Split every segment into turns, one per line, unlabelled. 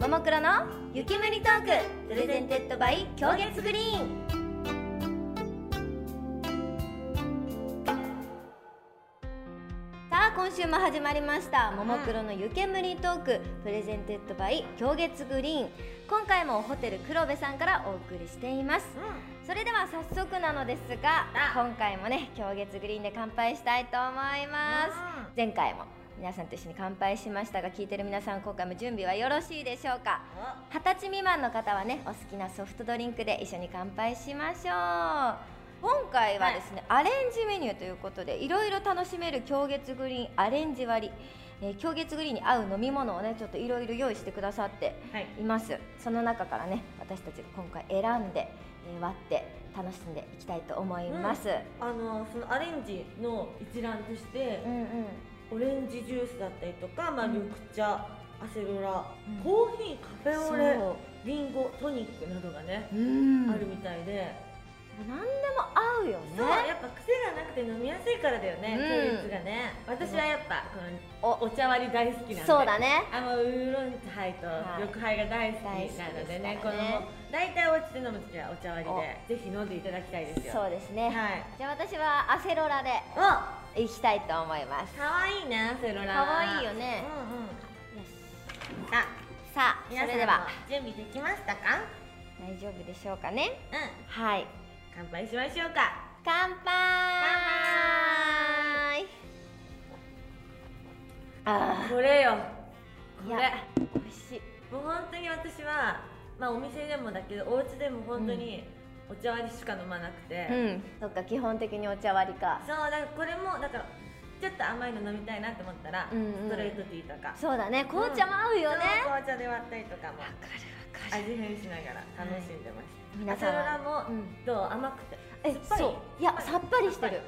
ももクロのゆきむりトークプレゼンテッドバイ狂月グリーンさあ今週も始まりました「ももクロの湯煙トーク」プレゼンテッドバイ狂月グリーン今回もホテル黒部さんからお送りしていますそれでは早速なのですが今回もね狂月グリーンで乾杯したいと思います
う
前回も皆さんと一緒に乾杯しましたが聞いてる皆さん今回も準備はよろしいでしょうか二十歳未満の方はねお好きなソフトドリンクで一緒に乾杯しましょう今回はですね、アレンジメニューということでいろいろ楽しめる狂月グリーンアレンジ割り、えー、狂月グリーンに合う飲み物をねちょっといろいろ用意してくださって
はい
いますその中からね私たちが今回選んで、えー割って楽しんでいきたいと思います、
あのそのアレンジの一覧として
うん、うん
オレンジジュースだったりとか、まあ、
うん
緑茶アセロラ、
うん
コーヒーカフェオレ
そう
リンゴトニックなどがね、
うん
あるみたいで、
何でも合うよ
そう
ね
やっぱ癖がなくて飲みやすいからだよね、
うん
系列がね私はやっぱこ
お
のお茶割り大好きなんで
そうだね
あのウーロンハイと
はい
緑ハイが大好き
大好きです
な
からね
のでね,、この大体お家で飲む時はお茶割りでぜひ飲んでいただきたいですよ
そうですね、
はい
じゃあ私はアセロラで
おか
いきたいと思います
わいいなセロラ
かわいいよね
うんうん
よし
あ
さあそ
皆さん
れで
も
は
準備できましたか
大丈夫でしょうかね
うん
はい
乾杯しましょうか
乾杯あ
これよ
ーい
こ
や
れ
美味しい
もう本当に私は、まあ、お店でもだけどお家でも本当にお茶割りしか飲まなくて、
うんそっか基本的にお茶割りか
そうだからこれもだからちょっと甘いの飲みたいなと思ったら、
うんうん
ストレートティーとか
そうだね紅茶も合うよね、
そう紅茶で割ったりとかも
わかるわかる
味変しながら楽しんで
皆
ました、
さ
朝
ん
ド
は
ラ
う
も、
ん
どう甘くて
え
ぱり
そういやさっぱりしてる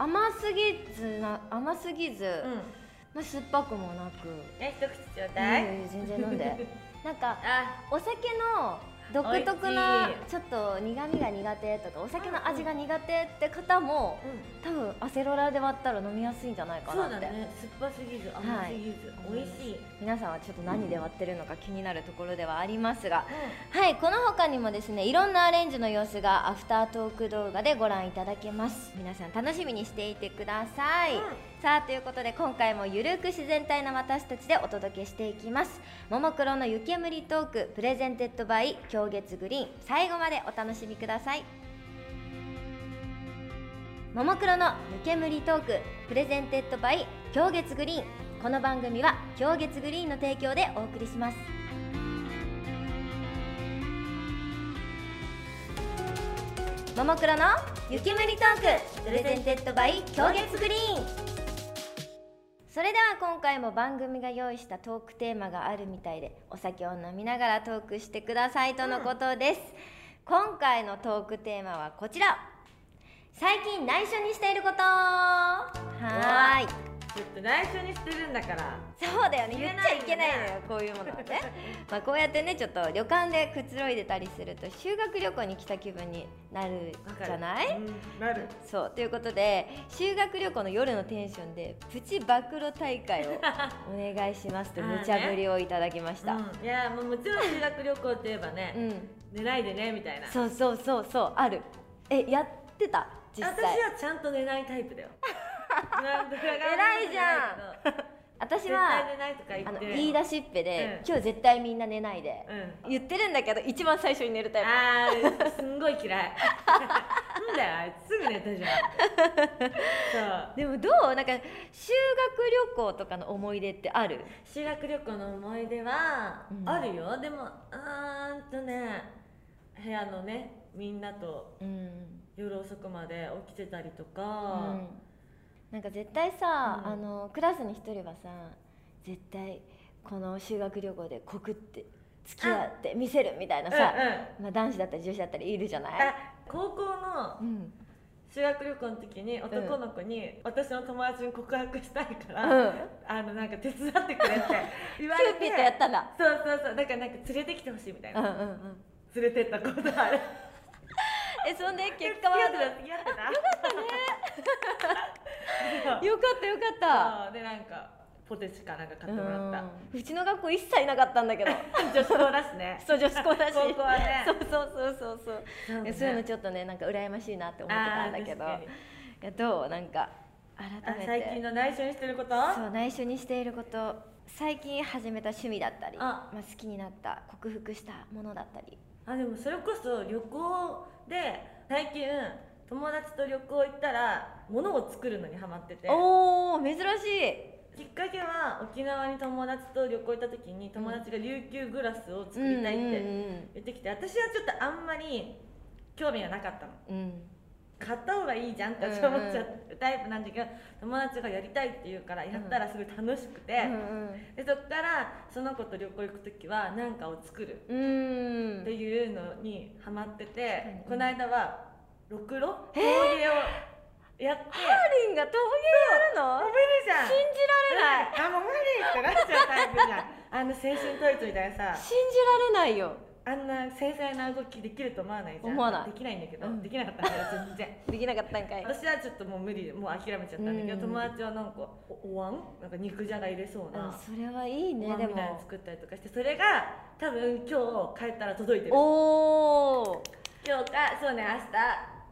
甘すぎずな甘すぎず、
うん、うん
まあ、酸っぱくもなく
え一口ちょうだい、
いやいや全然飲ん でなんか
あ
お酒の独特な
美味しい
ちょっと苦味が苦手とかお酒の味が苦手って方も
う
多
ん
分アセロラで割ったら飲みやすいんじゃないか
そう
な
だ
って、
ね酸っぱすぎず甘すぎず、
はい
美味しい、
皆さんはちょっと何で割ってるのか気になるところではありますがはいこの他にもですねいろんなアレンジの様子がアフタートーク動画でご覧いただけます皆さん楽しみにしていてください、
うん
さあということで今回もゆるく自然体な私たちでお届けしていきますももクロの湯煙トークプレゼンテッドバイ狂月グリーン最後までお楽しみくださいももクロの湯煙トークプレゼンテッドバイ狂月グリーンこの番組は狂月グリーンの提供でお送りしますももクロの湯煙トークプレゼンテッドバイ狂月グリーンそれでは今回も番組が用意したトークテーマがあるみたいでお酒を飲みながらトークしてくださいとのことです、今回のトークテーマはこちら最近内緒にしていることはーい
ちょっと内緒にしてるんだから
そうだよね
言
言
え
っ
な
ちゃい
いよね
けないのよこういうものはね まあこうやってねちょっと旅館でくつろいでたりすると修学旅行に来た気分になる
わかる
じゃない、
うんなる
そうということで修学旅行の夜のテンションでプチ暴露大会 をお願いしますと
あーね
無茶ぶりをいただきました、
うんいやもうもちろん修学旅行といえばね、
うん、
寝ないでねみたいな
そうそうそうそうあるえやってた実際
私はちゃんと寝ないタイ プだよなんとか
偉いじゃん私
絶
は
対寝ないとか言
あ
っ
の
て
言い出しっぺで、
うん
今日絶対みんな寝ないで、
う
言ってるんだけど一番最初に寝るタイ
ん、
プ
あーすんごい 嫌いなんだよあいつすぐ寝たじゃんそう
でもどうなんか修学旅行とかの思い出ってある
修学旅行の思い出は
うん
あるよ、でもうーんとね部屋のねみんなと
うん、
夜遅くまで起きてたりと
う
か、
ん、なんか絶対さ、
うん
あのクラスに一人はさ絶対この修学旅行で告って付き合って見せるみたいなさ、
うんうん
まあ、男子だったり女子だったりいるじゃない
あ高校の
うん
修学旅行の時に男の子に、私の友達に告白したいから、
うん
あのなんか手伝ってくれって言わ
キ
れ
ュー
て
ピットやったんだ
そうそうそうだからなんか連れてきてほしいみたい
うん
な、
うんうん
連れてったことある
えそんで結果は
付き合
よ
ってた付き合ってたよかったね
かったよかった
そうでなんかポテチかなんか買ってもらった
うんうちの学校一切なかったんだけ ど
女子校だしね
そう女子校だし
高校はね
そうそうそうそうそう
そう
でそういうのちょっとねなんか羨ましいなって思ってたんだけど
あー確かに
いやどうなんか
あ
改めて
最近の内緒にしてること
そう内緒にしていること最近始めた趣味だったり
あ
まあ、好きになった克服したものだったり
あでもそれこそ旅行で最近友達と旅行行ったら物を作るのにハマってて
おお珍しい
きっかけは沖縄に友達と旅行行った時に友達が琉球グラスを作りたいっ
うん
て言ってきて私はちょっとあんまり興味がなかったの
うんうんうん
買った方がいいじゃんって私は思っちゃうタイプなんだけど友達がやりたいって言うからやったらすごい楽しくて、
うん
でそっからその子と旅行行く時は何かを作る
うんう
っ
ん
ていうのにハマってて、
うん
この間はろくろ陶芸をやって、
ハーリンが陶芸やるの
食べるじゃん
信じられない
あもう無理ってなっちゃうタイプじゃんあの青春トイツみたいなさ
信じられないよ
あんな繊細な動きできると思わないじゃん
思わない
できないんだけど、
うん
できなかったんだよ全然
できなかったんかい
私はちょっともう無理でもう諦めちゃったんだけど、
うん
友達はなんかおお椀なんか肉じゃが入れそう
うん
な、
それはいい
お
ね
椀
で
みたいなの
も
作ったりとかしてそれが多分今日帰ったら届いてる
おお
今日かそうね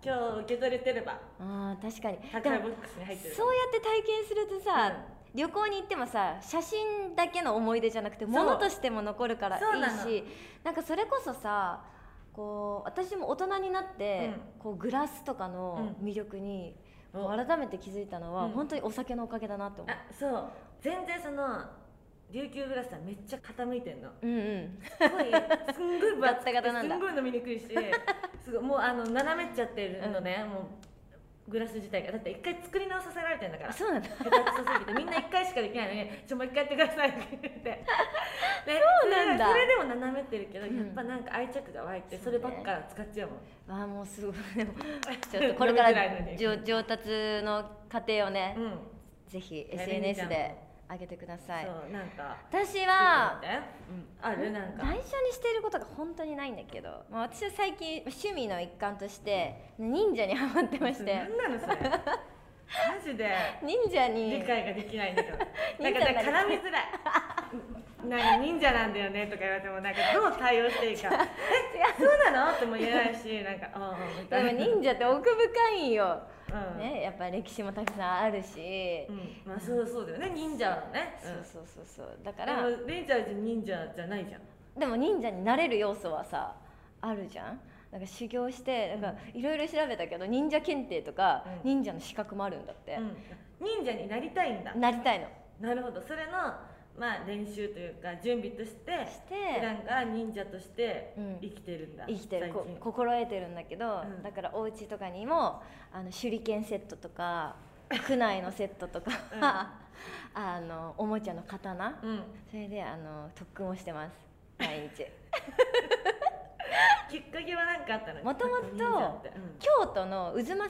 明日今日受け取れてれば
あー確かに
宅
で
配
も
ボックスに入ってる
そうやって体験するとさ、旅行に行ってもさ写真だけの思い出じゃなくて物としても残るからい
そうないの
しなんかそれこそさこう私も大人になって、こうグラスとかの魅力に、
うん
こう改めて気づいたのは、
うん
本当にお酒のおかげだなって思う
あ。そう全然その琉球グラスはめっちゃ傾いてんの
うんうん、
すごいすんごい分厚くて
ガッタガタなんだ
すんごい飲みにくいしすごいもうあの斜めっちゃってるのね、もうグラス自体がだって一回作り直させられてんだから
あそうなんだ
下手くそすぎてみんな一回しかできないのに「ちょもう一回やってください」って 言ってで
そうなんだ
それでも斜めってるけど、
うん
やっぱなんか愛着が湧いて
そう
そ
ね
ればっか使っちゃうもん
あーもう すごいでもちょっとこれか
飲みづいの
ら
に
上上達の過程をね、
うん
ぜひ
やりにじゃ
SNS
ん
で上げてください
そうなんか
私は
あるなんか
内緒にしていることが本当にないんだけど、まあ、私は最近趣味の一環として忍者にハマってまし
な
て
んなのそれマジ で
忍者に
理解ができないんだけどなん
忍
か
者になり
絡み づらいなんか忍者なんだよねとか言われてもなんかどう対応してい いかえそうなのっても言えないしなんかああみ
で
たい
も
な
忍者って奥深いんよ、
うん
ね、やっぱ歴史もたくさんあるし、
うんまあそうそうだよね忍者はね
そうそうそうそうだか
で
ら
もレイちゃんは忍者じゃないじゃん
でも忍者になれる要素はさあるじゃんなんか修行してなんかいろいろ調べたけど忍者検定とか
うん
忍者の資格もあるんだって、
うん忍者になりたいんだ
なりたいの
なるほどそれのまあ練習というか準備として
して
普段から忍者として生きてるんだ
生きてる
最
こ
近
心得てるんだけど、
うん
だからお家とかにもあの手裏剣セットと か区内のセットとか、
う ん
あのおもちゃの刀
うん
それであの特訓をしてます毎 日
きっかけは何かあったの
もともと
忍者ってうん
京都の渦政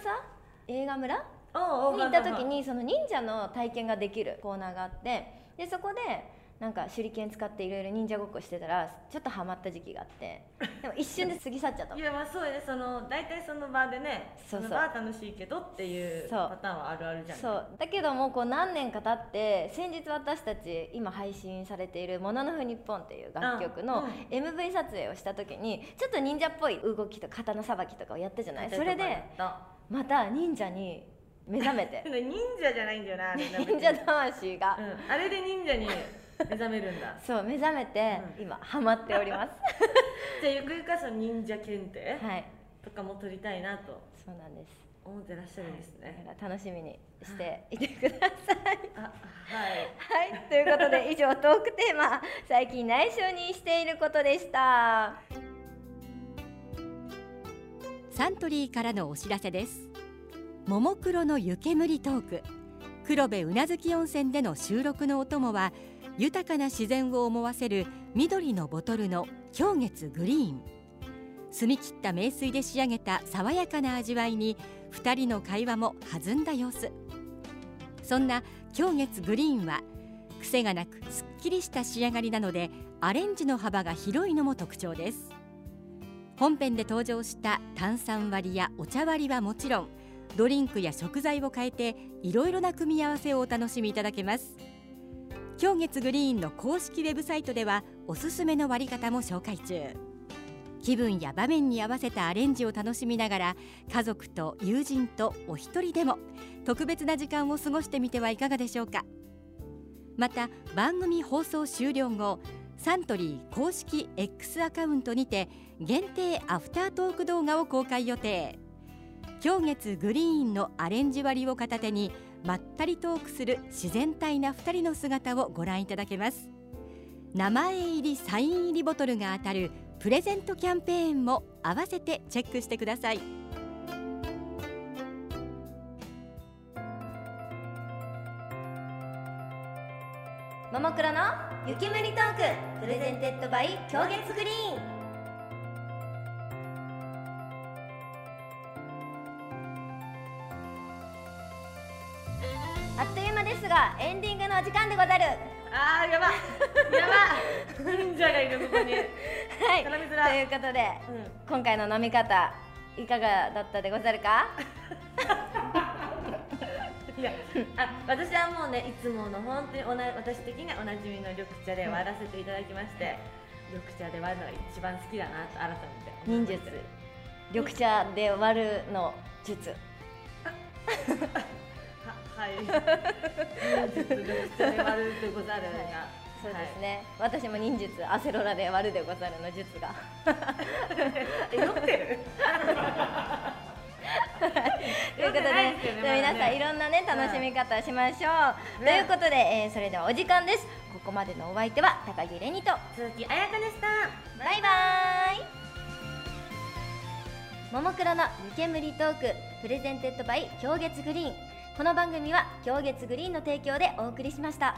映画村
おうおう
に行った時にその忍者の体験ができるコーナーがあってでそこでなんか手裏剣使っていろいろ忍者ごっこしてたらちょっとハマった時期があってでも一瞬で過ぎ去っちゃった
いやまあそうねその大体その場でね
そうそう
の場は楽しいけどっていう
そう
パターンはあるあるじゃん
そうだけどもうこう何年か経って先日私たち今配信されている「もののふ日本」っていう楽曲
うん
の
うん
MV 撮影をした時にちょっと忍者っぽい動きとか刀さばきとかをやったじゃないそれでまた忍者に目覚めて
で忍者じゃないんだよなあれな
忍者魂が、
うんあれで忍者に目覚めるん だ
そう目覚めて
う
今ハマっており ます
じゃあゆくゆくはその忍者検定
はい
とかも取りたいなと
そうなんです
思ってらっしゃるんですね
だから楽しみにしていてください
あはい
はい、ということで以上トークテーマ「最近内緒にしていること」でした
サントリーからのお知らせですももクロの湯煙トーク黒部宇奈月温泉での収録のお供は豊かな自然を思わせる緑のボトルの氷月グリーン澄み切った名水で仕上げた爽やかな味わいに2人の会話も弾んだ様子そんな氷月グリーンは癖がなくすっきりした仕上がりなのでアレンジの幅が広いのも特徴です本編で登場した炭酸割りやお茶割りはもちろんドリンクや食材を変えていろいろな組み合わせをお楽しみいただけます今月グリーンの公式ウェブサイトではおすすめの割り方も紹介中気分や場面に合わせたアレンジを楽しみながら家族と友人とお一人でも特別な時間を過ごしてみてはいかがでしょうかまた番組放送終了後サントリー公式 X アカウントにて限定アフタートーク動画を公開予定今月グリーンのアレンジ割を片手にまったりトークする自然体な2人の姿をご覧いただけます名前入りサイン入りボトルが当たるプレゼントキャンペーンも合わせてチェックしてください
ももクロの雪むりトークプレゼンテッドバイ狂月グリーンあっという間ですがエンディングのお時間でござる
あ ーやばやば忍者がいるここに、
はい
絡みづ
と
ら
い
いう
ことで
ん、
今回の飲み方いかがだったでござるか
いやあ私はもうねいつもの本当におな私的にはおなじみの緑茶で割らせていただきまして、緑茶で割るのが一番好きだなと改めて
忍術緑茶で割るの術
ははい 忍術緑茶で割るでござるが、
そうです
ね、
ね、私も忍術アセロラで割るでござるの術が
え酔ってる
ということで、
ないですよねまだね
皆さんいろんなね楽しみ方しましょう、ということで、えーそれではお時間ですここまでのお相手は高木れにと
鈴木彩香でした
バイバイももクロの湯煙トークプレゼンテッドバイ狂月グリーンこの番組は狂月グリーンの提供でお送りしました